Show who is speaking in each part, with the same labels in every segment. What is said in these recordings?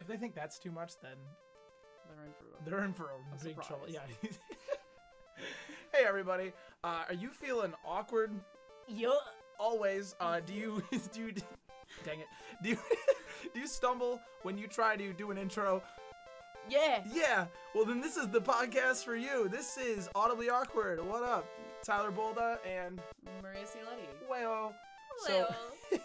Speaker 1: If they think that's too much, then
Speaker 2: They're in for a-
Speaker 1: they're in for a, big
Speaker 2: surprise.
Speaker 1: trouble. Yeah. hey everybody, uh, are you feeling awkward?
Speaker 2: Yeah.
Speaker 1: Always. Uh, do you do? You, dang it. Do you do you stumble when you try to do an intro?
Speaker 2: Yeah.
Speaker 1: Yeah. Well, then this is the podcast for you. This is audibly awkward. What up, Tyler Bolda and
Speaker 2: Maria Ciletti.
Speaker 1: Wayo.
Speaker 2: Hello.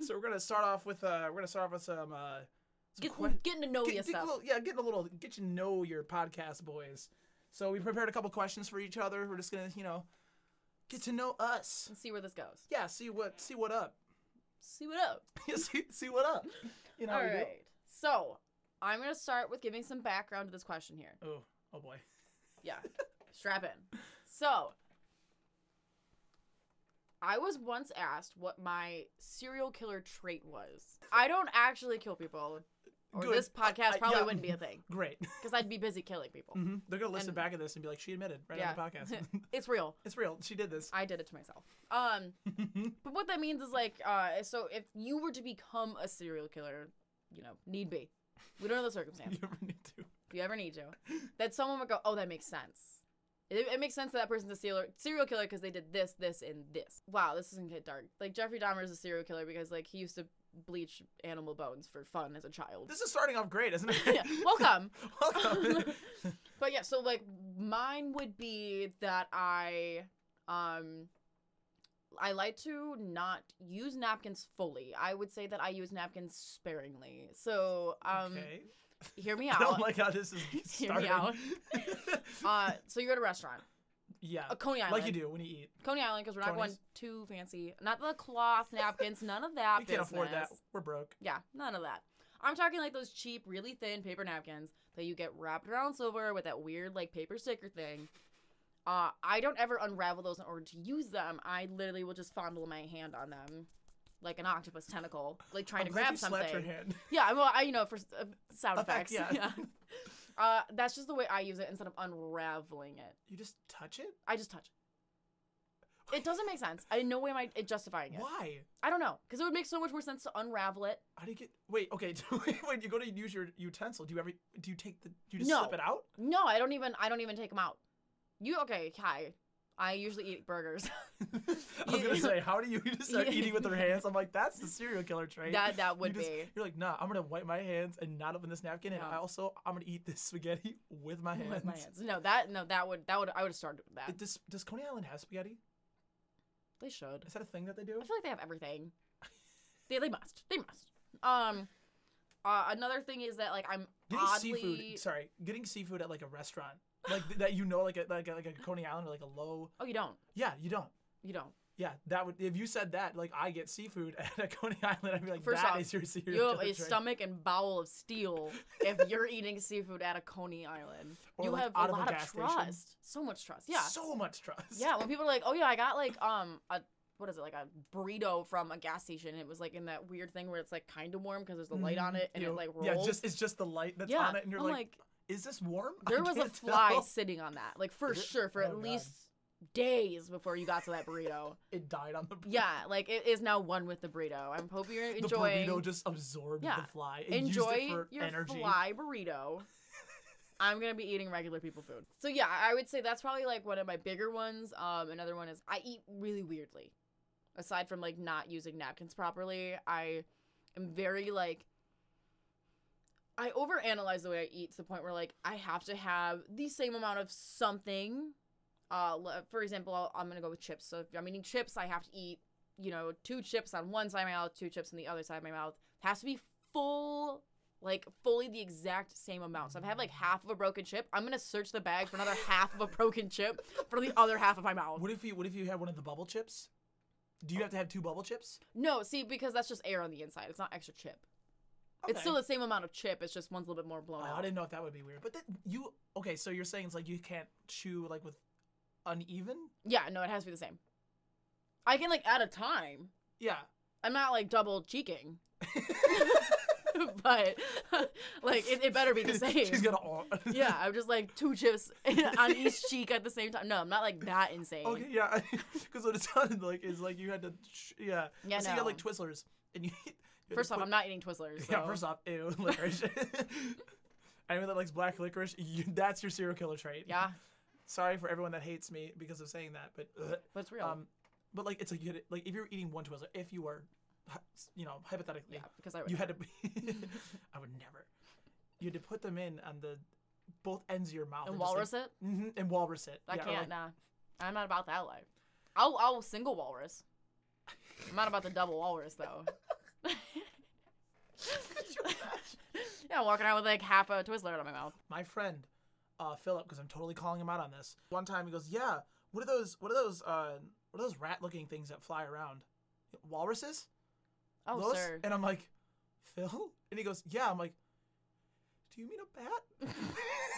Speaker 1: So we're gonna start off with uh, we're gonna start off with some uh, some
Speaker 2: Get,
Speaker 1: que-
Speaker 2: getting to know
Speaker 1: get,
Speaker 2: you
Speaker 1: get a
Speaker 2: stuff.
Speaker 1: little, yeah, getting a little, get you know your podcast boys. So we prepared a couple questions for each other. We're just gonna, you know, get to know us.
Speaker 2: and see where this goes.
Speaker 1: Yeah, see what, see what up.
Speaker 2: See what up.
Speaker 1: Yeah, see, see what up. You know, how
Speaker 2: All
Speaker 1: we do?
Speaker 2: right. So I'm gonna start with giving some background to this question here.
Speaker 1: Oh, oh boy.
Speaker 2: Yeah. Strap in. So I was once asked what my serial killer trait was. I don't actually kill people. Or
Speaker 1: Good.
Speaker 2: this podcast
Speaker 1: I- I-
Speaker 2: probably
Speaker 1: yeah.
Speaker 2: wouldn't be a thing.
Speaker 1: Great.
Speaker 2: Because I'd be busy killing people.
Speaker 1: Mhm. They're gonna listen
Speaker 2: And-
Speaker 1: back at this and be like, she admitted right
Speaker 2: Yeah.
Speaker 1: on the podcast.
Speaker 2: It's real.
Speaker 1: it's real. She did this.
Speaker 2: I did it to myself. Um, but what that means is like, uh, so if you were to become a serial killer, you know, need be, we don't know the circumstance.
Speaker 1: you ever need to?
Speaker 2: if you ever need to, that someone would go, oh, that makes sense. It, it makes sense that that person's a serial serial killer because they did this, this, and this. Wow, this doesn't get dark. Like Jeffrey Dahmer is a serial killer because like he used to bleach animal bones for fun as a child.
Speaker 1: This is starting off great, isn't it?
Speaker 2: yeah, welcome.
Speaker 1: Welcome.
Speaker 2: But yeah, so like mine would be that I um I like to not use napkins fully. I would say that I use napkins sparingly. So um
Speaker 1: okay.
Speaker 2: hear me
Speaker 1: Oh
Speaker 2: out.
Speaker 1: my god, this is
Speaker 2: hear me
Speaker 1: starting.
Speaker 2: out. uh so you're at a restaurant.
Speaker 1: yeah.
Speaker 2: A Coney Island.
Speaker 1: Like you do when you eat.
Speaker 2: Coney Island because we're not
Speaker 1: Coney's.
Speaker 2: going too fancy. Not the cloth napkins, none of that.
Speaker 1: We can't afford that.
Speaker 2: business.
Speaker 1: We're broke.
Speaker 2: Yeah, none of that. I'm talking like those cheap, really thin paper napkins that you get wrapped around silver with that weird like paper sticker thing. Uh, I don't ever unravel those in order to use them. I literally will just fondle my hand on them, like an octopus tentacle, like trying to
Speaker 1: I'm glad
Speaker 2: grab
Speaker 1: you
Speaker 2: something.
Speaker 1: slapped your hand.
Speaker 2: Yeah, well, I you know for uh, sound
Speaker 1: Effect,
Speaker 2: effects.
Speaker 1: yeah.
Speaker 2: Uh, that's just the way I use it instead of unraveling it.
Speaker 1: You just touch it?
Speaker 2: I just touch. it. It doesn't make sense. I in no way am I it justifying it.
Speaker 1: Why?
Speaker 2: I don't know because it would make so much more sense to unravel it.
Speaker 1: How do you get? Wait, okay. when you go to use your utensil, do you ever? Do you take the? Do you just
Speaker 2: No.
Speaker 1: slip it out?
Speaker 2: No, I don't even. I don't even take them out. You okay? Hi. I usually eat burgers.
Speaker 1: I was
Speaker 2: You-
Speaker 1: gonna say, how do you you just start
Speaker 2: Yeah.
Speaker 1: eating with their hands? I'm like, that's the serial killer trait.
Speaker 2: That- that would
Speaker 1: you just-
Speaker 2: be.
Speaker 1: You're like, nah, I'm gonna wipe my hands and not open this napkin, and
Speaker 2: No.
Speaker 1: I also I'm gonna eat this spaghetti with my hands.
Speaker 2: with my hands. No, that no, that would that would I would have started with that.
Speaker 1: Does Does Coney Island have spaghetti?
Speaker 2: They should.
Speaker 1: Is that a thing that they do?
Speaker 2: I feel like they have everything. They they must. They must. Um, uh, another thing is that like I'm
Speaker 1: Getting
Speaker 2: oddly
Speaker 1: seafood. Sorry, getting seafood at like a restaurant, like th- that you know, like a, like a, like a Coney Island or like a low.
Speaker 2: oh you don't
Speaker 1: Yeah, you don't.
Speaker 2: you don't
Speaker 1: Yeah, that would if you said that, like I get seafood at a Coney Island, I'd be like, that is
Speaker 2: First off,
Speaker 1: your serial
Speaker 2: you
Speaker 1: killer
Speaker 2: have a
Speaker 1: trait.
Speaker 2: stomach and bowel of steel if you're eating seafood at a Coney Island.
Speaker 1: Or,
Speaker 2: you
Speaker 1: like,
Speaker 2: have
Speaker 1: out
Speaker 2: a
Speaker 1: of a
Speaker 2: lot of,
Speaker 1: gas station.
Speaker 2: trust. So much trust. Yeah.
Speaker 1: So much trust.
Speaker 2: Yeah, when people are like, "Oh yeah, I got like um a what is it like a burrito from a gas station?" It was like in that weird thing where it's like kind of warm because there's the light on it and
Speaker 1: You
Speaker 2: it
Speaker 1: know,
Speaker 2: like rolls.
Speaker 1: Mm-hmm. Yeah, just it's just the light that's
Speaker 2: Yeah,
Speaker 1: on it, and you're
Speaker 2: I'm
Speaker 1: like,
Speaker 2: like,
Speaker 1: is this warm? I
Speaker 2: there was a
Speaker 1: can't
Speaker 2: fly
Speaker 1: tell."
Speaker 2: sitting on that, like for
Speaker 1: Is it?
Speaker 2: sure, for
Speaker 1: Oh,
Speaker 2: at
Speaker 1: God.
Speaker 2: least days before you got to that burrito.
Speaker 1: It died on the burrito.
Speaker 2: yeah, like it is now one with the burrito. I hope you're
Speaker 1: The
Speaker 2: enjoying.
Speaker 1: burrito just absorbed
Speaker 2: Yeah.
Speaker 1: the fly. It
Speaker 2: enjoy
Speaker 1: used it for
Speaker 2: your
Speaker 1: energy.
Speaker 2: fly burrito. I'm gonna be eating regular people food. So yeah, I would say that's probably like one of my bigger ones. Um, another one is I eat really weirdly. Aside from like not using napkins properly, I am very like I overanalyze the way I eat to the point where like I have to have the same amount of something. Uh, l- for example, I'll, I'm gonna go with chips. So if I'm eating chips, I have to eat you know two chips on one side of my mouth, two chips on the other side of my mouth. It has to be full, like fully the exact same amount. So if I have like half of a broken chip, I'm gonna search the bag for another half of a broken chip for the other half of my mouth.
Speaker 1: What if you What if you had one of the bubble chips? Do you have to have two bubble chips?
Speaker 2: No, see, because that's just air on the inside. It's not extra chip. It's
Speaker 1: Okay.
Speaker 2: still the same amount of chip. It's just one's a little bit more blown
Speaker 1: Oh,
Speaker 2: out.
Speaker 1: I didn't know if that would be weird. But that you okay? So you're saying it's like you can't chew like with uneven?
Speaker 2: Yeah, no, it has to be the same. I can like at a time.
Speaker 1: Yeah.
Speaker 2: I'm not like double cheeking. but like it, it better be the same.
Speaker 1: She's gonna. all-
Speaker 2: yeah, I'm just like two chips on each cheek at the same time. No, I'm not like that insane.
Speaker 1: Okay, yeah, because what it sounded like is like you had to, sh- yeah.
Speaker 2: Yeah,
Speaker 1: so you got like
Speaker 2: no.
Speaker 1: Twizzlers, and you. you had to
Speaker 2: First off,
Speaker 1: put-
Speaker 2: I'm not eating Twizzlers.
Speaker 1: Yeah,
Speaker 2: so-
Speaker 1: first off, ew, licorice. Anyone that likes black licorice, you, that's your serial killer trait.
Speaker 2: Yeah,
Speaker 1: Sorry for everyone that hates me because of saying that, but ugh.
Speaker 2: but it's real.
Speaker 1: um, but like it's like you had to, like if you were eating one Twizzler, if you were, hy- you know, hypothetically,
Speaker 2: yeah, because I would
Speaker 1: you had
Speaker 2: never.
Speaker 1: to. I would never. You had to put them in on the both ends of your mouth.
Speaker 2: and
Speaker 1: just, like,
Speaker 2: walrus it.
Speaker 1: Mhm, and walrus it.
Speaker 2: I
Speaker 1: Yeah, or,
Speaker 2: can't.
Speaker 1: like-
Speaker 2: nah, I'm not about that life. I'll I'll single walrus. I'm not about the double walrus though. yeah, walking out with like half a Twizzler out of my mouth.
Speaker 1: my friend, uh, Philip, because I'm totally calling him out on this. One time he goes, "Yeah, what are those? What are those? Uh, what are those rat-looking things that fly around? Walruses?
Speaker 2: Oh
Speaker 1: Those?"
Speaker 2: sir,
Speaker 1: And I'm like, "Phil?" And he goes, "Yeah." I'm like, "Do you mean a bat?"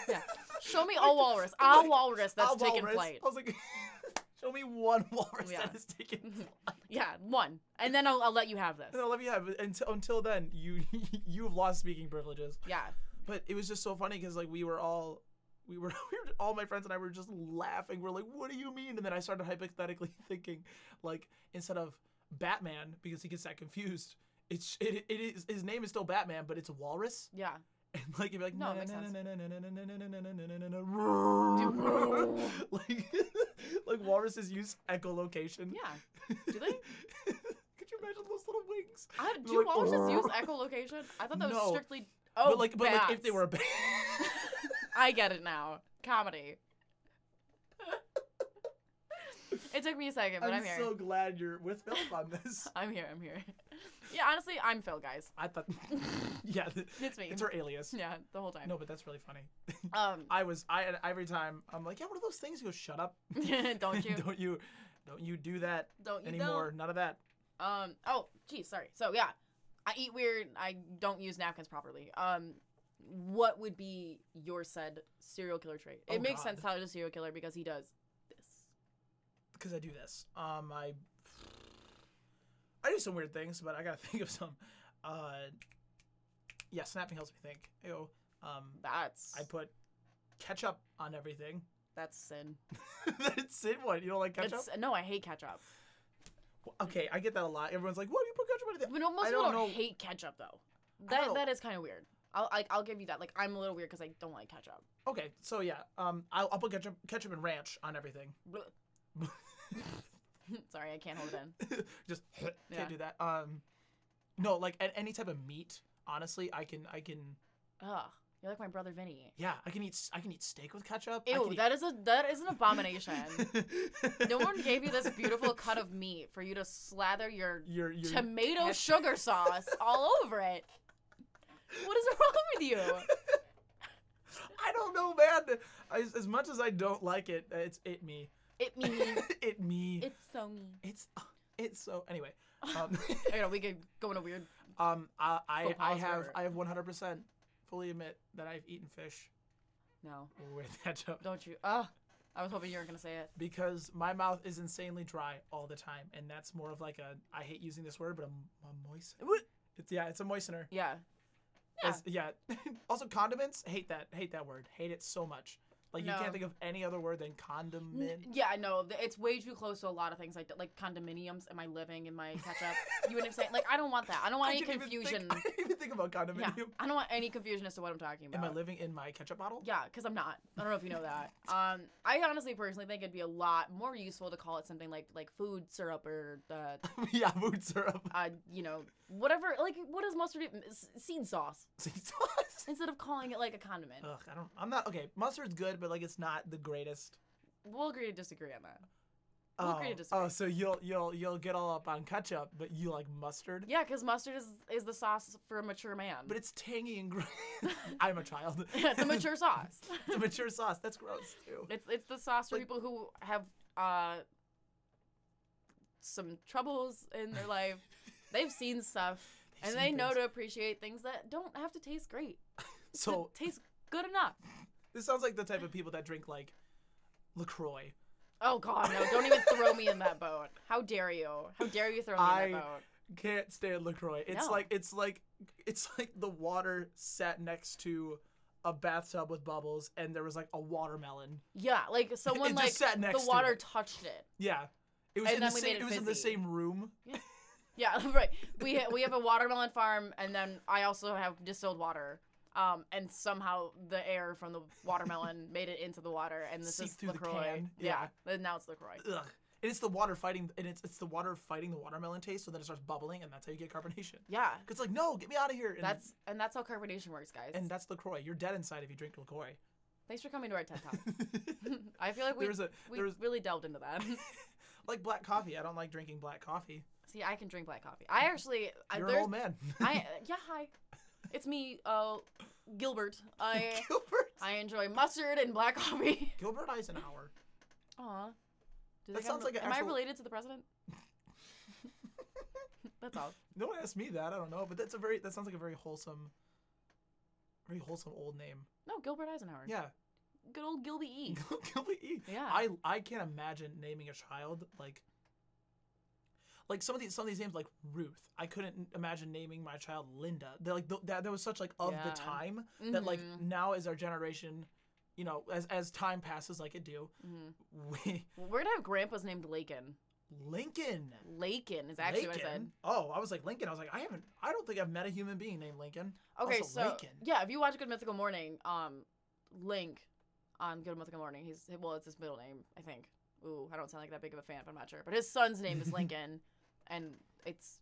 Speaker 2: Yeah. show me a walrus.
Speaker 1: I'm
Speaker 2: A
Speaker 1: like,
Speaker 2: walrus that's
Speaker 1: "A
Speaker 2: taking
Speaker 1: walrus?"
Speaker 2: flight.
Speaker 1: I was like, "Show me one walrus
Speaker 2: Yeah.
Speaker 1: that is taking
Speaker 2: Mhm.
Speaker 1: flight."
Speaker 2: Yeah, one, and then I'll, I'll let you have this.
Speaker 1: And I'll let you have it. until until then. You you've lost speaking privileges.
Speaker 2: Yeah,
Speaker 1: but it was just so funny because like we were all we were, we were all my friends and I were just laughing. We're like, "What do you mean?" And then I started hypothetically thinking, like instead of Batman because he gets that confused, it's it, it is his name is still Batman, but it's Walrus.
Speaker 2: yeah.
Speaker 1: And like you'd be like,
Speaker 2: No, it makes sense.
Speaker 1: like like walruses use echolocation.
Speaker 2: Yeah. Do they?
Speaker 1: Could you imagine those little wings?
Speaker 2: I,
Speaker 1: They're
Speaker 2: do
Speaker 1: like,
Speaker 2: walruses use echolocation? I thought that was
Speaker 1: No.
Speaker 2: strictly. Oh,
Speaker 1: but like but like if they
Speaker 2: bats.
Speaker 1: were a bat.
Speaker 2: I get it now. Comedy. it took me a second, but I'm,
Speaker 1: I'm
Speaker 2: here.
Speaker 1: so glad you're with Philip on this.
Speaker 2: I'm here. I'm here. yeah, honestly, I'm Phil, guys.
Speaker 1: I thought, yeah, th-
Speaker 2: It's me.
Speaker 1: it's her alias.
Speaker 2: yeah, the whole time.
Speaker 1: No, but that's really funny.
Speaker 2: Um,
Speaker 1: I was, I every time I'm like, yeah, what are those things? You go, shut up.
Speaker 2: don't you?
Speaker 1: don't you, don't you do that
Speaker 2: Don't you?
Speaker 1: anymore? None of that.
Speaker 2: Don't. Um. Oh, geez, sorry. So yeah, I eat weird. I don't use napkins properly. Um, what would be your said serial killer trait? It
Speaker 1: Oh,
Speaker 2: makes
Speaker 1: God.
Speaker 2: sense Tyler's a serial killer because he does this.
Speaker 1: Because I do this. Um, I, I do some weird things, but I gotta think of some. Uh, yeah, snapping helps me think. Ew. Um,
Speaker 2: That's
Speaker 1: I put ketchup on everything.
Speaker 2: that's sin.
Speaker 1: that's it. What you don't like ketchup?
Speaker 2: It's no, I hate ketchup.
Speaker 1: Okay, I get that a lot. Everyone's like, "What you put ketchup on everything?"
Speaker 2: But no, most
Speaker 1: I
Speaker 2: people
Speaker 1: don't
Speaker 2: don't
Speaker 1: know.
Speaker 2: hate ketchup though.
Speaker 1: I
Speaker 2: That
Speaker 1: don't-
Speaker 2: that is kind of weird. I'll like I'll give you that. Like I'm a little weird because I don't like ketchup.
Speaker 1: Okay, so yeah, um, I'll, I'll put ketchup, ketchup and ranch on everything.
Speaker 2: Blech. Sorry, I can't hold it in.
Speaker 1: Just
Speaker 2: Yeah.
Speaker 1: can't do that. Um, no, like at any type of meat. Honestly, I can, I can,
Speaker 2: Ugh, you're like my brother Vinny.
Speaker 1: yeah, I can eat, s- I can eat steak with ketchup. I
Speaker 2: Ew,
Speaker 1: can
Speaker 2: that is a that is an abomination.
Speaker 1: eat...
Speaker 2: no one gave you this beautiful cut of meat for you to slather your
Speaker 1: Your, your
Speaker 2: tomato
Speaker 1: ketchup.
Speaker 2: sugar sauce all over it. What is wrong with you?
Speaker 1: I don't know, man. As, as much as I don't like it, uh, it's it me.
Speaker 2: It mean
Speaker 1: it me.
Speaker 2: it's so mean.
Speaker 1: It's it's so anyway. Um,
Speaker 2: I know we could go in a weird.
Speaker 1: um, I I,
Speaker 2: Faux
Speaker 1: I
Speaker 2: pas
Speaker 1: have
Speaker 2: were-
Speaker 1: I have 100% fully admit that I've eaten fish
Speaker 2: No,
Speaker 1: with ketchup.
Speaker 2: don't you? Ugh, I was hoping you weren't gonna say it.
Speaker 1: because my mouth is insanely dry all the time, and that's more of like a I hate using this word, but a, a moisten.
Speaker 2: What?
Speaker 1: It's yeah, it's a moistener.
Speaker 2: Yeah.
Speaker 1: It's- yeah. also, condiments. Hate that. Hate that word. Hate it so much. Like you
Speaker 2: No.
Speaker 1: can't think of any other word than
Speaker 2: N-
Speaker 1: condiment.
Speaker 2: Yeah, no, th- it's way too close to a lot of things like like condominiums. Am I living in my ketchup? you know what I'm saying? Like, I don't want that. I don't want any
Speaker 1: didn't
Speaker 2: confusion.
Speaker 1: Even think, I didn't even think about
Speaker 2: yeah,
Speaker 1: condominium.
Speaker 2: I don't want any confusion as to what I'm talking about.
Speaker 1: Am I living in my ketchup bottle?
Speaker 2: yeah, because I'm not. I don't know if you know that. Um, I honestly personally think it'd be a lot more useful to call it something like like food syrup or uh,
Speaker 1: Yeah, food syrup,
Speaker 2: uh you know, whatever. Like, what does mustard? do? S- seed sauce
Speaker 1: sea sauce.
Speaker 2: instead of calling it like a condiment.
Speaker 1: Ugh, I don't. I'm not okay. Mustard's good, but like it's not the greatest.
Speaker 2: We'll agree to disagree on that. We'll
Speaker 1: Oh,
Speaker 2: agree to
Speaker 1: oh,
Speaker 2: disagree.
Speaker 1: so you'll you'll you'll get all up on ketchup, but you like mustard.
Speaker 2: Yeah, because mustard is is the sauce for a mature man.
Speaker 1: But it's tangy and gross. I'm a child.
Speaker 2: it's a mature sauce.
Speaker 1: It's a mature sauce. That's gross too.
Speaker 2: It's it's the sauce for
Speaker 1: Like-
Speaker 2: people who have uh some troubles in their life. They've seen stuff and they know to appreciate things that don't have to taste great.
Speaker 1: So
Speaker 2: to taste good enough.
Speaker 1: this sounds like the type of people that drink like Lacroix.
Speaker 2: Oh god, no, don't even throw me in that boat. How dare you? How dare you throw me in
Speaker 1: I-
Speaker 2: that boat?
Speaker 1: can't stand Lacroix. It's
Speaker 2: No.
Speaker 1: like it's like it's like the water sat next to a bathtub with bubbles, and there was like a watermelon.
Speaker 2: Yeah, like someone
Speaker 1: it
Speaker 2: like
Speaker 1: just sat next
Speaker 2: the
Speaker 1: to
Speaker 2: water
Speaker 1: it.
Speaker 2: touched it.
Speaker 1: Yeah, it was
Speaker 2: And
Speaker 1: in the
Speaker 2: then we made
Speaker 1: same.
Speaker 2: it
Speaker 1: It, was in the
Speaker 2: fizzy.
Speaker 1: same room.
Speaker 2: Yeah, right. We ha- we have a watermelon farm, and then I also have distilled water. Um, and somehow the air from the watermelon made it into the water, and this
Speaker 1: Seeped
Speaker 2: is
Speaker 1: through the
Speaker 2: Lacroix.
Speaker 1: can,
Speaker 2: Yeah. and now it's Lacroix.
Speaker 1: Ugh. And it's the water fighting, and it's it's the water fighting the watermelon taste, so then it starts bubbling, and that's how you get carbonation.
Speaker 2: Yeah,
Speaker 1: It's like, no, get me out of here. And,
Speaker 2: that's and that's how carbonation works, guys.
Speaker 1: and that's Lacroix. You're dead inside if you drink Lacroix.
Speaker 2: Thanks for coming to our TED Talk.
Speaker 1: there
Speaker 2: I feel like we
Speaker 1: was a
Speaker 2: we
Speaker 1: there was
Speaker 2: really delved into that.
Speaker 1: like black coffee. I don't like drinking black coffee.
Speaker 2: See, I can drink black coffee. I actually, I,
Speaker 1: You're an
Speaker 2: there's-
Speaker 1: old man.
Speaker 2: I yeah, hi, it's me, uh, Gilbert. I
Speaker 1: Gilbert.
Speaker 2: I enjoy mustard and black coffee.
Speaker 1: Gilbert Eisenhower.
Speaker 2: Aw. Do
Speaker 1: That
Speaker 2: they have
Speaker 1: sounds
Speaker 2: re-
Speaker 1: like an
Speaker 2: Am I
Speaker 1: actual-
Speaker 2: related to the president? That's all.
Speaker 1: No one asked me that. I don't know, but that's a very that sounds like a very wholesome, very wholesome old name.
Speaker 2: No, Gilbert Eisenhower.
Speaker 1: Yeah,
Speaker 2: Good old Gilby E.
Speaker 1: Gilbert E.
Speaker 2: Yeah.
Speaker 1: I I can't imagine naming a child like like some of these some of these names like Ruth. I couldn't imagine naming my child Linda. They're like th- that that was such like of
Speaker 2: Yeah.
Speaker 1: the time that like
Speaker 2: Mhm,
Speaker 1: now as our generation, you know, as as time passes like it do,
Speaker 2: mhm.
Speaker 1: we
Speaker 2: Well, We're gonna have grandpas named Lakin.
Speaker 1: Lincoln.
Speaker 2: Lakin is actually
Speaker 1: Lincoln?
Speaker 2: what I said.
Speaker 1: Oh, I was like Lincoln. I was like, I haven't. I don't think I've met a human being named Lincoln.
Speaker 2: Okay,
Speaker 1: Also,
Speaker 2: so
Speaker 1: Lakin.
Speaker 2: yeah, if you watch Good Mythical Morning, um, Link on Good Mythical Morning, he's well, it's his middle name, I think. Ooh, I don't sound like that big of a fan, but I'm not sure. But his son's name is Lincoln, and it's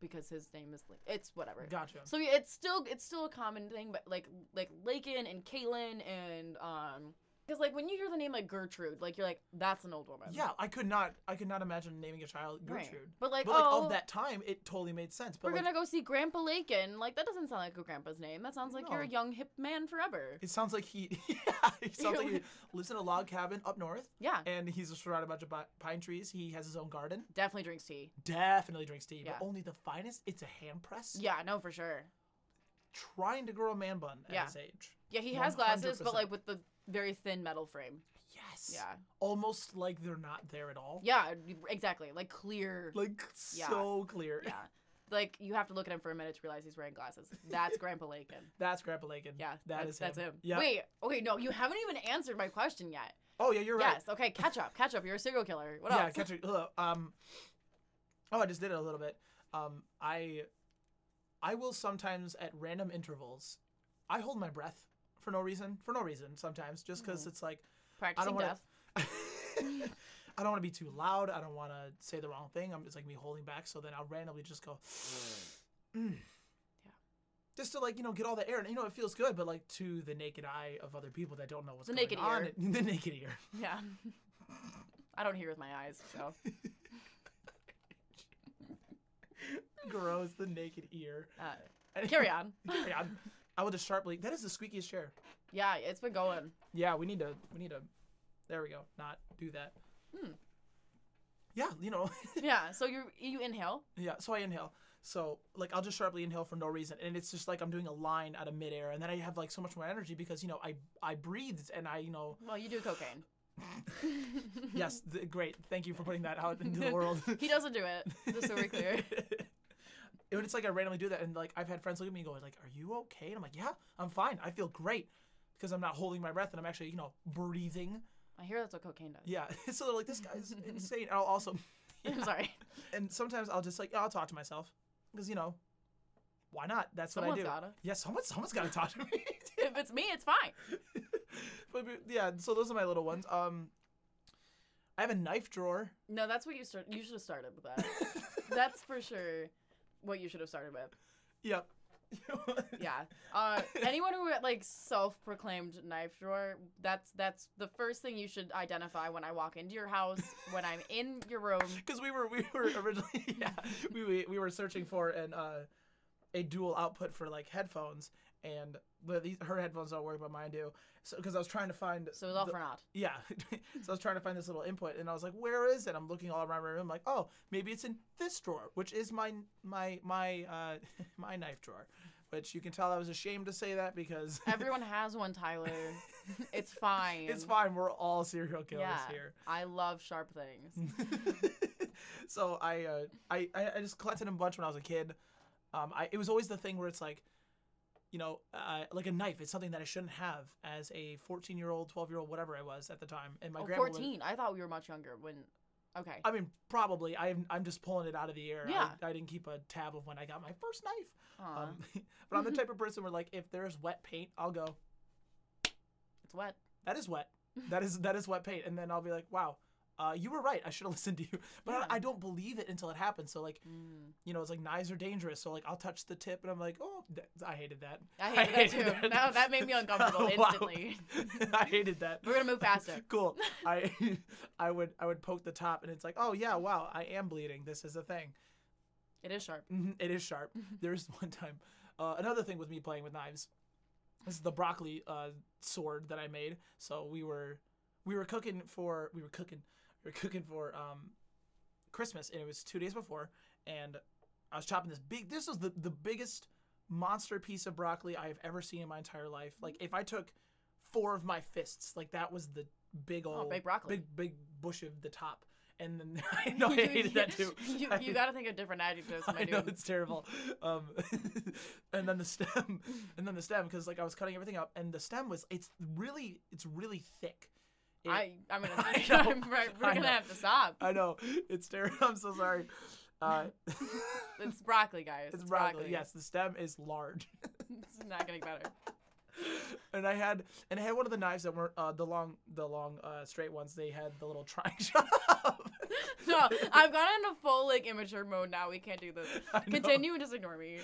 Speaker 2: because his name is Link. It's whatever.
Speaker 1: Gotcha.
Speaker 2: So yeah, it's still it's still a common thing, but like like Lakin and Kaylin and um, because like when you hear the name like Gertrude, like you're like that's an old woman.
Speaker 1: Yeah, I could not. I could not imagine naming a child
Speaker 2: Right.
Speaker 1: Gertrude.
Speaker 2: But like
Speaker 1: But like
Speaker 2: oh,
Speaker 1: of that time, it totally made sense. But
Speaker 2: we're
Speaker 1: like,
Speaker 2: gonna go see Grandpa Lakin. Like that doesn't sound like a grandpa's name. That sounds like you're a
Speaker 1: No.
Speaker 2: young hip man forever.
Speaker 1: it sounds like he, yeah, he sounds like he lives in a log cabin up north,
Speaker 2: Yeah,
Speaker 1: and he's surrounded by a bunch of pi- pine trees. He has his own garden.
Speaker 2: definitely drinks tea.
Speaker 1: Definitely drinks tea,
Speaker 2: Yeah.
Speaker 1: but only the finest. It's a hand press.
Speaker 2: Yeah, no, for sure.
Speaker 1: Trying to grow a man bun at
Speaker 2: Yeah.
Speaker 1: his age.
Speaker 2: Yeah, he has glasses, but
Speaker 1: 100%.
Speaker 2: like with the very thin metal frame.
Speaker 1: Yes.
Speaker 2: Yeah,
Speaker 1: Almost like they're not there at all.
Speaker 2: yeah, exactly. Like clear.
Speaker 1: Like
Speaker 2: Yeah.
Speaker 1: so clear.
Speaker 2: yeah, like you have to look at him for a minute to realize he's wearing glasses. That's Grandpa Lakin.
Speaker 1: That's Grandpa Lakin.
Speaker 2: Yeah,
Speaker 1: That
Speaker 2: that's,
Speaker 1: is
Speaker 2: that's
Speaker 1: him.
Speaker 2: him.
Speaker 1: Yeah.
Speaker 2: Wait, okay, no, you haven't even answered my question yet.
Speaker 1: Oh yeah, you're right.
Speaker 2: Yes, okay, catch up, catch up. You're a serial killer. What
Speaker 1: yeah,
Speaker 2: else?
Speaker 1: Kendrick. ugh, um, oh, I just did it a little bit. Um, I, I will sometimes at random intervals, I hold my breath for no reason. For no reason, sometimes just because
Speaker 2: Mhm.
Speaker 1: it's like
Speaker 2: Practicing
Speaker 1: wanna-
Speaker 2: death.
Speaker 1: I don't want to be too loud. I don't want to say the wrong thing. I'm just like me holding back. So then I'll randomly just go. mm.
Speaker 2: Yeah.
Speaker 1: Just to like you know get all the air and you know it feels good, but like to the naked eye of other people that don't know what's
Speaker 2: The
Speaker 1: going
Speaker 2: naked
Speaker 1: on,
Speaker 2: ear.
Speaker 1: it- the naked ear.
Speaker 2: Yeah. I don't hear with my eyes, so
Speaker 1: Grows the naked ear.
Speaker 2: uh,
Speaker 1: And-
Speaker 2: carry on.
Speaker 1: Carry on. I will just sharply. That is the squeakiest chair.
Speaker 2: Yeah, it's been going.
Speaker 1: Yeah, we need to. We need to. There we go. Not do that.
Speaker 2: Hmm.
Speaker 1: Yeah, you know.
Speaker 2: Yeah, so you you inhale.
Speaker 1: yeah. So I inhale. So like I'll just sharply inhale for no reason, and it's just like I'm doing a line out of midair, and then I have like so much more energy because you know I I breathed and I you know
Speaker 2: Well, you do cocaine.
Speaker 1: yes th- great thank you for putting that out into the world.
Speaker 2: He doesn't do it, just so we're clear.
Speaker 1: When it's like I randomly do that, and like I've had friends look at me and go like, "Are you okay?" And I'm like, "Yeah, I'm fine. I feel great." Because I'm not holding my breath and I'm actually, you know, breathing.
Speaker 2: I hear that's what cocaine does.
Speaker 1: Yeah. So they're like, this guy's insane. I'll also,
Speaker 2: I'm sorry.
Speaker 1: and sometimes I'll just like, I'll talk to myself because you know, why not? That's what
Speaker 2: Someone's
Speaker 1: I do.
Speaker 2: gotta.
Speaker 1: Yeah, someone, someone's got to talk to me.
Speaker 2: If it's me, it's fine.
Speaker 1: but but, yeah, so those are my little ones. Um, I have a knife drawer.
Speaker 2: No, that's what you start. You should have started with that. that's for sure what you should have started with.
Speaker 1: yep.
Speaker 2: Yeah. Uh, anyone who like self-proclaimed knife drawer, that's that's the first thing you should identify when I walk into your house, when I'm in your room.
Speaker 1: Because we were we were originally yeah we, we we were searching for an uh a dual output for like headphones and the, these, her headphones don't work but mine do so because I was trying to find
Speaker 2: So it's all
Speaker 1: the-
Speaker 2: for naught.
Speaker 1: Yeah. so I was trying to find this little input, and I was like, "Where is it?" I'm looking all around my room, like, "Oh, maybe it's in this drawer, which is my my my uh, my knife drawer." Which you can tell I was ashamed to say that because
Speaker 2: Everyone has one, Tyler. It's fine.
Speaker 1: it's fine. We're all serial killers
Speaker 2: Yeah.
Speaker 1: here.
Speaker 2: I love sharp things.
Speaker 1: so I, uh, I I I just collected them a bunch when I was a kid. Um, I it was always the thing where it's like, you know, uh, like a knife. It's something that I shouldn't have as a fourteen year old, twelve year old, whatever I was at the time. And my
Speaker 2: Oh,
Speaker 1: grandma. Uh, would-
Speaker 2: 14. I thought we were much younger when. Okay.
Speaker 1: I mean, probably. I'm I'm just pulling it out of the air. I-
Speaker 2: Yeah.
Speaker 1: I, didn't keep a tab of when I got my first knife.
Speaker 2: Aw,
Speaker 1: Um, but I'm the type of person where like if there's wet paint, I'll go.
Speaker 2: it's wet.
Speaker 1: That is wet. That is that is wet paint. And then I'll be like, wow. Uh, you were right. I should have listened to you, but
Speaker 2: Yeah.
Speaker 1: I, I don't believe it until it happens. So like,
Speaker 2: Mm.
Speaker 1: you know, it's like knives are dangerous. So like, I'll touch the tip, and I'm like, oh, th- I hated that.
Speaker 2: I hated that too. Now that made me uncomfortable
Speaker 1: Wow.
Speaker 2: instantly.
Speaker 1: I hated that.
Speaker 2: We're gonna move faster.
Speaker 1: cool. I, I would, I would poke the top, and it's like, oh yeah, wow, I am bleeding. This is a thing.
Speaker 2: It is sharp. Mm-hmm.
Speaker 1: Mhm, It is sharp. There's one time, uh, another thing with me playing with knives. This is the broccoli uh, sword that I made. So we were, we were cooking for, we were cooking, we were cooking for um, Christmas, and it was two days before, and I was chopping this big. This was the the biggest monster piece of broccoli I have ever seen in my entire life. Like if I took four of my fists, like that was the big
Speaker 2: Oh,
Speaker 1: old
Speaker 2: big broccoli.
Speaker 1: big big bush of the top. And then I know I hated that too.
Speaker 2: You,
Speaker 1: I-
Speaker 2: you gotta think of different adjectives, my
Speaker 1: I know
Speaker 2: dude.
Speaker 1: it's terrible. Um, and then the stem, and then the stem, because like I was cutting everything up, and the stem was it's really it's really thick. It-
Speaker 2: I, I'm gonna.
Speaker 1: I know.
Speaker 2: I'm, we're
Speaker 1: I
Speaker 2: gonna
Speaker 1: know.
Speaker 2: have to stop.
Speaker 1: I know it's terrible. I'm so sorry. Uh, it's,
Speaker 2: It's broccoli, guys. It's,
Speaker 1: broccoli. Yes, the stem is large,
Speaker 2: It's not getting better.
Speaker 1: and I had and I had one of the knives that weren't uh, the long the long uh, straight ones. They had the little triangle.
Speaker 2: No, I've gone into full like immature mode now. We can't do this.
Speaker 1: I know.
Speaker 2: Continue and just ignore me.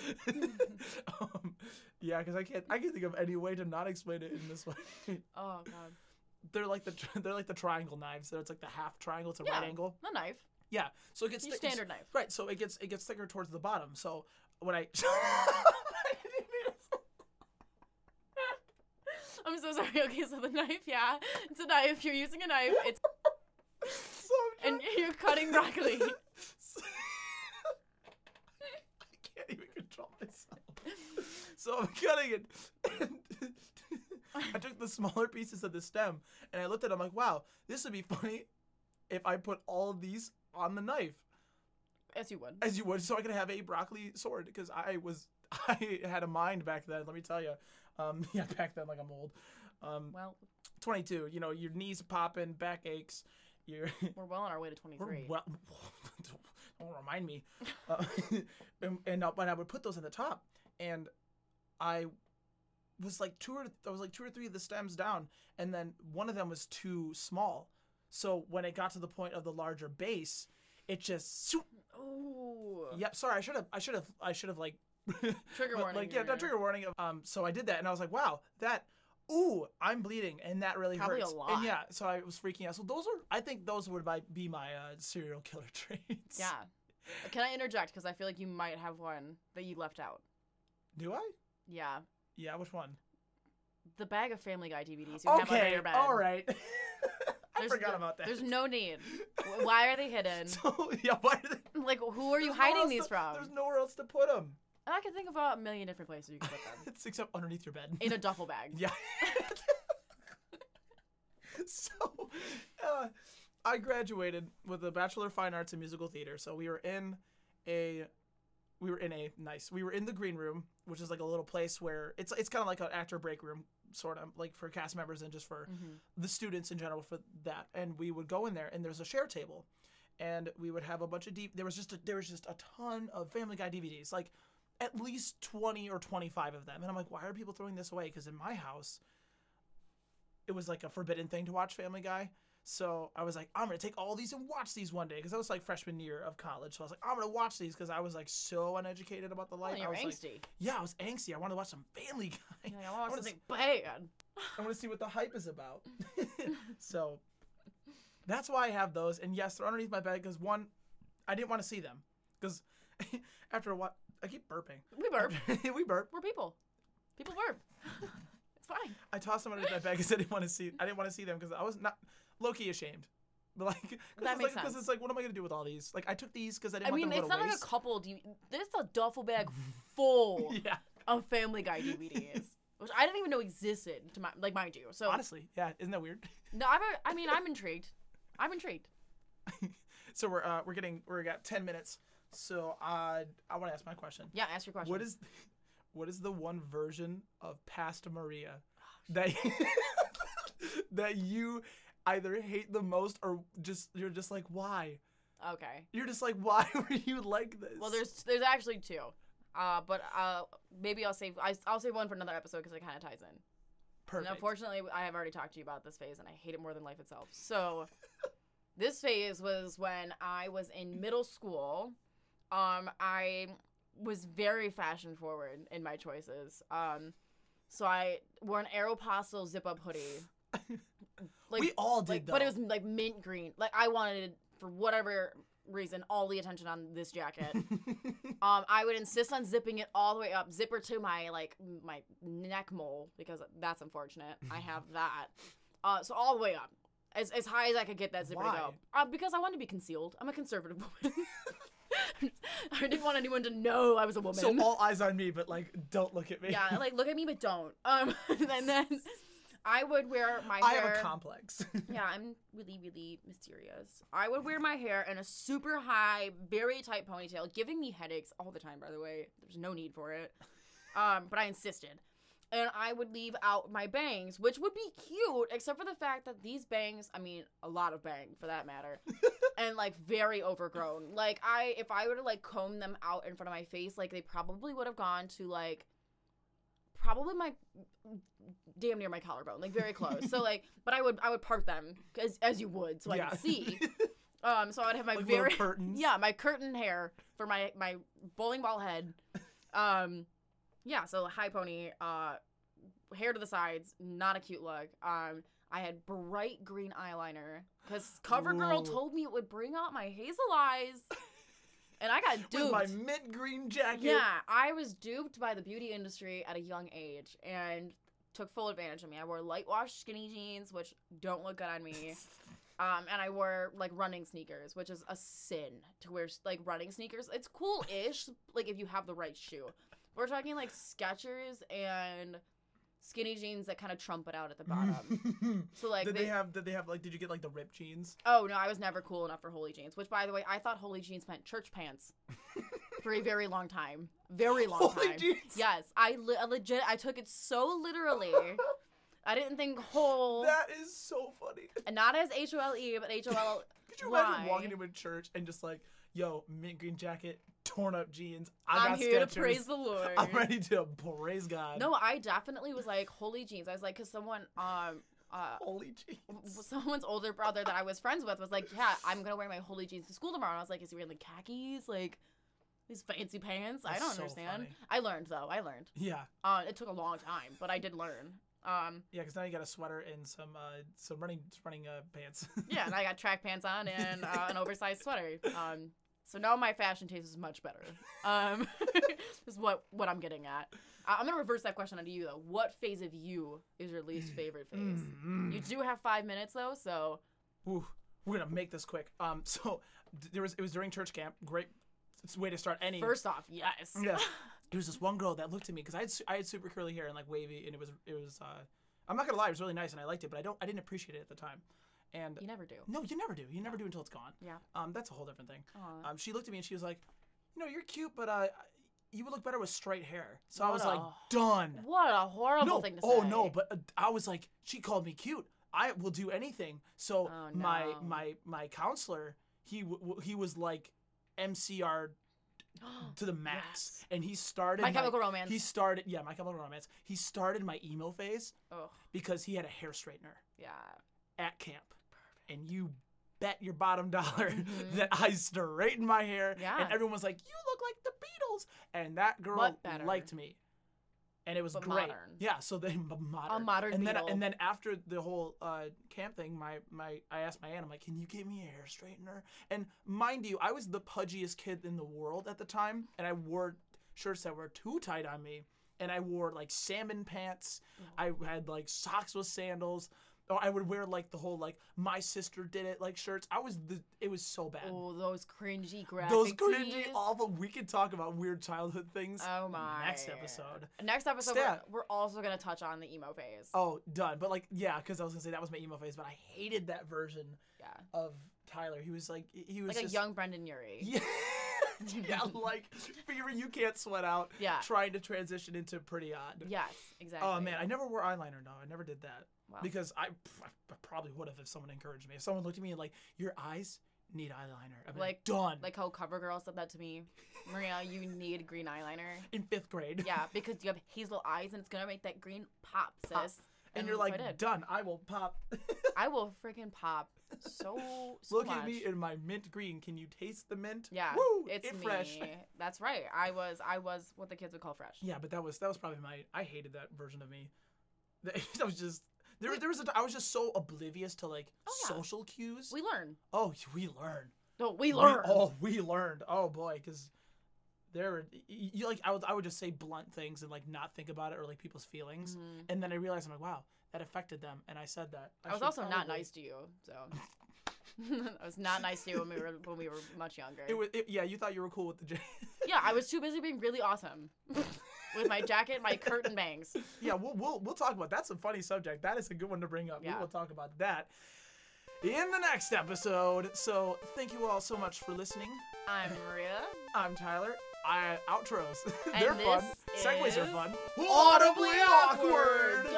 Speaker 1: um, yeah, because I can't I can't think of any way to not explain it in this way.
Speaker 2: Oh god,
Speaker 1: they're like the tr- they're like the triangle knives. So it's like the half triangle. It's a right
Speaker 2: Yeah.
Speaker 1: angle.
Speaker 2: the knife.
Speaker 1: Yeah. So it gets
Speaker 2: Your
Speaker 1: thick-
Speaker 2: standard knife.
Speaker 1: Right. So it gets it gets thicker towards the bottom. So when I
Speaker 2: I'm so sorry. Okay, so the knife, yeah, it's a knife. You're using a knife. It's
Speaker 1: so I'm
Speaker 2: and
Speaker 1: trying-
Speaker 2: you're cutting broccoli.
Speaker 1: So- I can't even control myself. So I'm cutting it. And I took the smaller pieces of the stem and I looked at it. I'm like, wow, this would be funny if I put all of these on the knife.
Speaker 2: Yes, you would.
Speaker 1: as you would, so I could have a broccoli sword because I was I had a mind back then. Let me tell you, um, yeah, back then like I'm old, um,
Speaker 2: Well,
Speaker 1: 22. You know, your knees popping, back aches. You're
Speaker 2: we're well on our way to
Speaker 1: we're
Speaker 2: 23.
Speaker 1: well. Don't remind me. Uh, and and uh, when I would put those in the top, and I was like two or I was like two or three of the stems down, and then one of them was too small. So when it got to the point of the larger base, it just
Speaker 2: Ooh.
Speaker 1: Yep. Sorry, I should have. I should have. I should have like.
Speaker 2: Trigger
Speaker 1: but,
Speaker 2: warning.
Speaker 1: Like yeah, no, trigger warning. Um. So I did that, and I was like, wow, that. Ooh, I'm bleeding, and that really
Speaker 2: Probably a
Speaker 1: hurts.
Speaker 2: lot.
Speaker 1: And yeah, so I was freaking out. So those are. I think those would my, be my uh, serial killer traits.
Speaker 2: Yeah. Can I interject? Because I feel like you might have one that you left out.
Speaker 1: Do I?
Speaker 2: Yeah.
Speaker 1: Yeah. Which one?
Speaker 2: The bag of Family Guy DVDs you have under your bed.
Speaker 1: All right. I
Speaker 2: There's
Speaker 1: forgot
Speaker 2: no-
Speaker 1: about that.
Speaker 2: There's no need. W- Why are they hidden?
Speaker 1: So yeah, why are they?
Speaker 2: Like, who are
Speaker 1: there's
Speaker 2: you
Speaker 1: nowhere
Speaker 2: hiding
Speaker 1: else
Speaker 2: these
Speaker 1: to-
Speaker 2: from?
Speaker 1: There's nowhere else to put them.
Speaker 2: And I can think of a million different places you can put them.
Speaker 1: It's except underneath your bed.
Speaker 2: In a duffel bag.
Speaker 1: Yeah. so, uh, I graduated with a Bachelor of Fine Arts in Musical Theater. So we were in a, we were in a nice. We were in the green room, which is like a little place where it's it's kind of like an actor break room, sort of like for cast members and just for
Speaker 2: Mhm.
Speaker 1: the students in general for that. And we would go in there, and there's a share table, and we would have a bunch of deep. There was just a, there was just a ton of Family Guy DVDs, like at least twenty or twenty five of them. And I'm like, why are people throwing this away? Because in my house, it was like a forbidden thing to watch Family Guy. So I was like, I'm gonna take all these and watch these one day because I was like freshman year of college. So I was like, I'm gonna watch these because I was like so uneducated about the
Speaker 2: Oh,
Speaker 1: life. I
Speaker 2: you're
Speaker 1: was like-
Speaker 2: angsty.
Speaker 1: yeah, I was angsty. I wanted to watch some Family Guy.
Speaker 2: You're like, "Oh, I want
Speaker 1: wanna
Speaker 2: something bad.
Speaker 1: I want to see what the hype is about. so that's why I have those. And yes, they're underneath my bed because one, I didn't want to see them because after a while, I keep burping.
Speaker 2: We burp.
Speaker 1: we burp.
Speaker 2: We're people. People burp. it's fine.
Speaker 1: I tossed them underneath my bed because I didn't want to see. I didn't want to see them because I was not low key ashamed. But like, because
Speaker 2: That
Speaker 1: it's,
Speaker 2: makes
Speaker 1: like, 'cause
Speaker 2: sense.
Speaker 1: it's like, what am I gonna do with all these? Like, I took these because I didn't
Speaker 2: I
Speaker 1: want
Speaker 2: mean,
Speaker 1: them
Speaker 2: it's
Speaker 1: to go
Speaker 2: not
Speaker 1: to
Speaker 2: like
Speaker 1: waste.
Speaker 2: a couple. DV- There's a duffel bag full
Speaker 1: yeah,
Speaker 2: of Family Guy DVDs, which I didn't even know existed. To my like, mind you. So
Speaker 1: honestly, yeah, isn't that weird?
Speaker 2: no, I've, I mean, I'm intrigued. I'm intrigued.
Speaker 1: So we're uh, we're getting we're got ten minutes. So uh, I want to ask my question.
Speaker 2: Yeah, ask your question.
Speaker 1: What is what is the one version of Pasta Maria
Speaker 2: Oh,
Speaker 1: that that you either hate the most or just you're just like why
Speaker 2: okay?
Speaker 1: you're just like why were you like this?
Speaker 2: Well, there's there's actually two, uh, but uh, maybe I'll save I, I'll save one for another episode because it kind of ties in.
Speaker 1: perfect.
Speaker 2: And unfortunately, I have already talked to you about this phase, and I hate it more than life itself. So, this phase was when I was in middle school. Um, I was very fashion forward in my choices. Um, so I wore an Aeropostale zip up hoodie. Like,
Speaker 1: we all did
Speaker 2: like,
Speaker 1: though.
Speaker 2: but it was like mint green. Like I wanted, for whatever reason, all the attention on this jacket. Um, I would insist on zipping it all the way up, zipper to my like m- my neck mole because that's unfortunate. I have that, uh, so all the way up, as as high as I could get that zipper to go. Uh, because I wanted to be concealed. I'm a conservative woman. I didn't want anyone to know I was a woman.
Speaker 1: so all eyes on me, but like don't look at me.
Speaker 2: yeah, like look at me, but don't. Um, and then I would wear my
Speaker 1: I
Speaker 2: hair.
Speaker 1: have a complex.
Speaker 2: Yeah, I'm really, really mysterious. I would wear my hair in a super high, very tight ponytail, giving me headaches all the time, by the way. There's no need for it. Um, but I insisted. And I would leave out my bangs, which would be cute, except for the fact that these bangs, I mean, a lot of bang for that matter, and like very overgrown. Like, I, if I were to like comb them out in front of my face, like they probably would have gone to like, probably my damn near my collarbone, like very close. so like, but I would I would part them as as you would, so I
Speaker 1: Yeah.
Speaker 2: could see. Um, so I'd have my
Speaker 1: like
Speaker 2: very
Speaker 1: little curtains.
Speaker 2: yeah my curtain hair for my my bowling ball head. Um, yeah, so high pony, uh, hair to the sides, not a cute look. Um, I had bright green eyeliner because CoverGirl
Speaker 1: Ooh.
Speaker 2: told me it would bring out my hazel eyes, and I got
Speaker 1: With
Speaker 2: duped.
Speaker 1: my mint green jacket.
Speaker 2: Yeah, I was duped by the beauty industry at a young age and took full advantage of me. I wore light washed skinny jeans, which don't look good on me. Um, and I wore like running sneakers, which is a sin to wear like running sneakers. It's cool ish, like if you have the right shoe. We're talking like Skechers and skinny jeans that kind of trumpet out at the bottom. So like
Speaker 1: did they, have? Did they have like? Did you get like the ripped jeans?
Speaker 2: Oh no, I was never cool enough for holy jeans. Which, by the way, I thought holy jeans meant church pants for a very long time. Very long
Speaker 1: Holy
Speaker 2: time.
Speaker 1: jeans.
Speaker 2: Yes, I, le- I legit I took it so literally. I didn't think whole,
Speaker 1: That is so funny.
Speaker 2: and not as H O L E, but H O L.
Speaker 1: Could you
Speaker 2: Why?
Speaker 1: imagine walking into a church and just like, yo, mint green jacket, torn up jeans. I
Speaker 2: I'm
Speaker 1: got
Speaker 2: here
Speaker 1: Skechers.
Speaker 2: to praise the Lord.
Speaker 1: I'm ready to praise God.
Speaker 2: No, I definitely was like holy jeans. I was like, cause someone um uh
Speaker 1: holy jeans.
Speaker 2: someone's older brother that I was friends with was like, "Yeah, I'm gonna wear my holy jeans to school tomorrow." And I was like, "Is he wearing like khakis, like these fancy pants?" I
Speaker 1: That's
Speaker 2: don't
Speaker 1: so
Speaker 2: understand.
Speaker 1: funny.
Speaker 2: I learned though. I learned.
Speaker 1: Yeah,
Speaker 2: Uh, it took a long time, but I did learn. Um,
Speaker 1: yeah. Because now you got a sweater and some uh, some running running uh, pants.
Speaker 2: yeah, and I got track pants on and uh, an oversized sweater. Um, so now my fashion taste is much better. Um, is what what I'm getting at. I- I'm gonna reverse that question onto you though. What phase of you is your least favorite phase?
Speaker 1: Mm,
Speaker 2: You
Speaker 1: mm.
Speaker 2: do have five minutes though, so
Speaker 1: Ooh, we're gonna make this quick. Um, so d- there was it was during church camp. Great s- way to start any.
Speaker 2: first off, yes.
Speaker 1: Yeah. It was this one girl that looked at me because I had su- I had super curly hair and like wavy, and it was it was. Uh, I'm not gonna lie, it was really nice and I liked it, but I don't I didn't appreciate it at the time. And
Speaker 2: you never do.
Speaker 1: no, you never do. You never do until it's gone.
Speaker 2: Yeah.
Speaker 1: Um, that's a whole different thing.
Speaker 2: Aw.
Speaker 1: Um, she looked at me and she was like, "You know, you're cute, but uh, you would look better with straight hair." So I
Speaker 2: What
Speaker 1: was
Speaker 2: a
Speaker 1: like, "Done."
Speaker 2: What a horrible
Speaker 1: no,
Speaker 2: thing to say.
Speaker 1: oh no, but uh, I was like, she called me cute. I will do anything. So
Speaker 2: Oh,
Speaker 1: my
Speaker 2: no.
Speaker 1: my my counselor, he w- w- he was like MCR to the max,
Speaker 2: Yes.
Speaker 1: and he started
Speaker 2: My
Speaker 1: my-
Speaker 2: Chemical Romance.
Speaker 1: he started yeah, my Chemical Romance. He started my emo phase
Speaker 2: oh
Speaker 1: because he had a hair straightener
Speaker 2: yeah.
Speaker 1: at camp, and you bet your bottom dollar
Speaker 2: Mhm.
Speaker 1: that I straightened my hair.
Speaker 2: Yeah.
Speaker 1: and everyone was like, "You look like the Beatles," and that girl
Speaker 2: But better.
Speaker 1: liked me, and it was
Speaker 2: But
Speaker 1: great.
Speaker 2: modern.
Speaker 1: Yeah, so then but modern.
Speaker 2: modern
Speaker 1: and then
Speaker 2: Beatle.
Speaker 1: and then after the whole uh, camp thing, my my I asked my aunt, I'm like, "Can you get me a hair straightener?" And mind you, I was the pudgiest kid in the world at the time, and I wore shirts that were too tight on me. And I wore like salmon pants. I had like socks with sandals. Or I would wear like the whole like my sister did it like shirts. I was the it was so bad.
Speaker 2: Oh, those cringy graphics.
Speaker 1: Those cringy, awful. We could talk about weird childhood things.
Speaker 2: Oh my.
Speaker 1: Next episode.
Speaker 2: Next episode, we're,
Speaker 1: Stat.
Speaker 2: we're also gonna touch on the emo phase.
Speaker 1: Oh, done. But like, yeah, because I was gonna say that was my emo phase, but I hated that version
Speaker 2: Yeah.
Speaker 1: of Tyler. He was like he was
Speaker 2: like a
Speaker 1: just-
Speaker 2: young Brendan Urie.
Speaker 1: Yeah. yeah, like figuring you can't sweat out
Speaker 2: Yeah.
Speaker 1: trying to transition into pretty odd.
Speaker 2: Yes, exactly.
Speaker 1: Oh man, I never wore eyeliner. No, I never did that
Speaker 2: wow.
Speaker 1: because I, I probably would have if someone encouraged me. If someone looked at me and like, your eyes need eyeliner. I'm like
Speaker 2: Like-
Speaker 1: done. Like
Speaker 2: like how CoverGirl said that to me, Maria, you need green eyeliner.
Speaker 1: in fifth grade.
Speaker 2: Yeah, because you have hazel eyes and it's gonna make that green pop, sis.
Speaker 1: Pop. and you're
Speaker 2: that's what I
Speaker 1: like
Speaker 2: did.
Speaker 1: done. I will pop.
Speaker 2: I will freaking pop so so
Speaker 1: Look
Speaker 2: much.
Speaker 1: at me in my mint green. Can you taste the mint?
Speaker 2: yeah,
Speaker 1: Woo!
Speaker 2: it's
Speaker 1: it
Speaker 2: me.
Speaker 1: fresh.
Speaker 2: That's right. I was I was what the kids would call fresh.
Speaker 1: Yeah, but that was that was probably my. I hated that version of me. That that was just there. There was a. I was just so oblivious to like
Speaker 2: Oh, yeah.
Speaker 1: social cues.
Speaker 2: We learn.
Speaker 1: oh, we learn.
Speaker 2: No, we learn.
Speaker 1: oh, we learned. Oh boy, because there were y- y- you like I would I would just say blunt things and like not think about it or like people's feelings,
Speaker 2: Mhm.
Speaker 1: and then I realized I'm like, wow, that affected them, and I said that.
Speaker 2: I was
Speaker 1: should
Speaker 2: also not
Speaker 1: probably-
Speaker 2: nice to you, so I was not nice to you when we were when we were much younger.
Speaker 1: It was it, yeah. You thought you were cool with the J.
Speaker 2: yeah, I was too busy being really awesome with my jacket, my curtain bangs.
Speaker 1: yeah, we'll, we'll we'll talk about that's a funny subject. That is a good one to bring up.
Speaker 2: Yeah.
Speaker 1: We will talk about that in the next episode. So thank you all so much for listening.
Speaker 2: I'm Maria.
Speaker 1: I'm Tyler. I outros. They're
Speaker 2: And
Speaker 1: fun.
Speaker 2: this
Speaker 1: Segways are
Speaker 2: is
Speaker 1: fun.
Speaker 2: Audibly Awkward.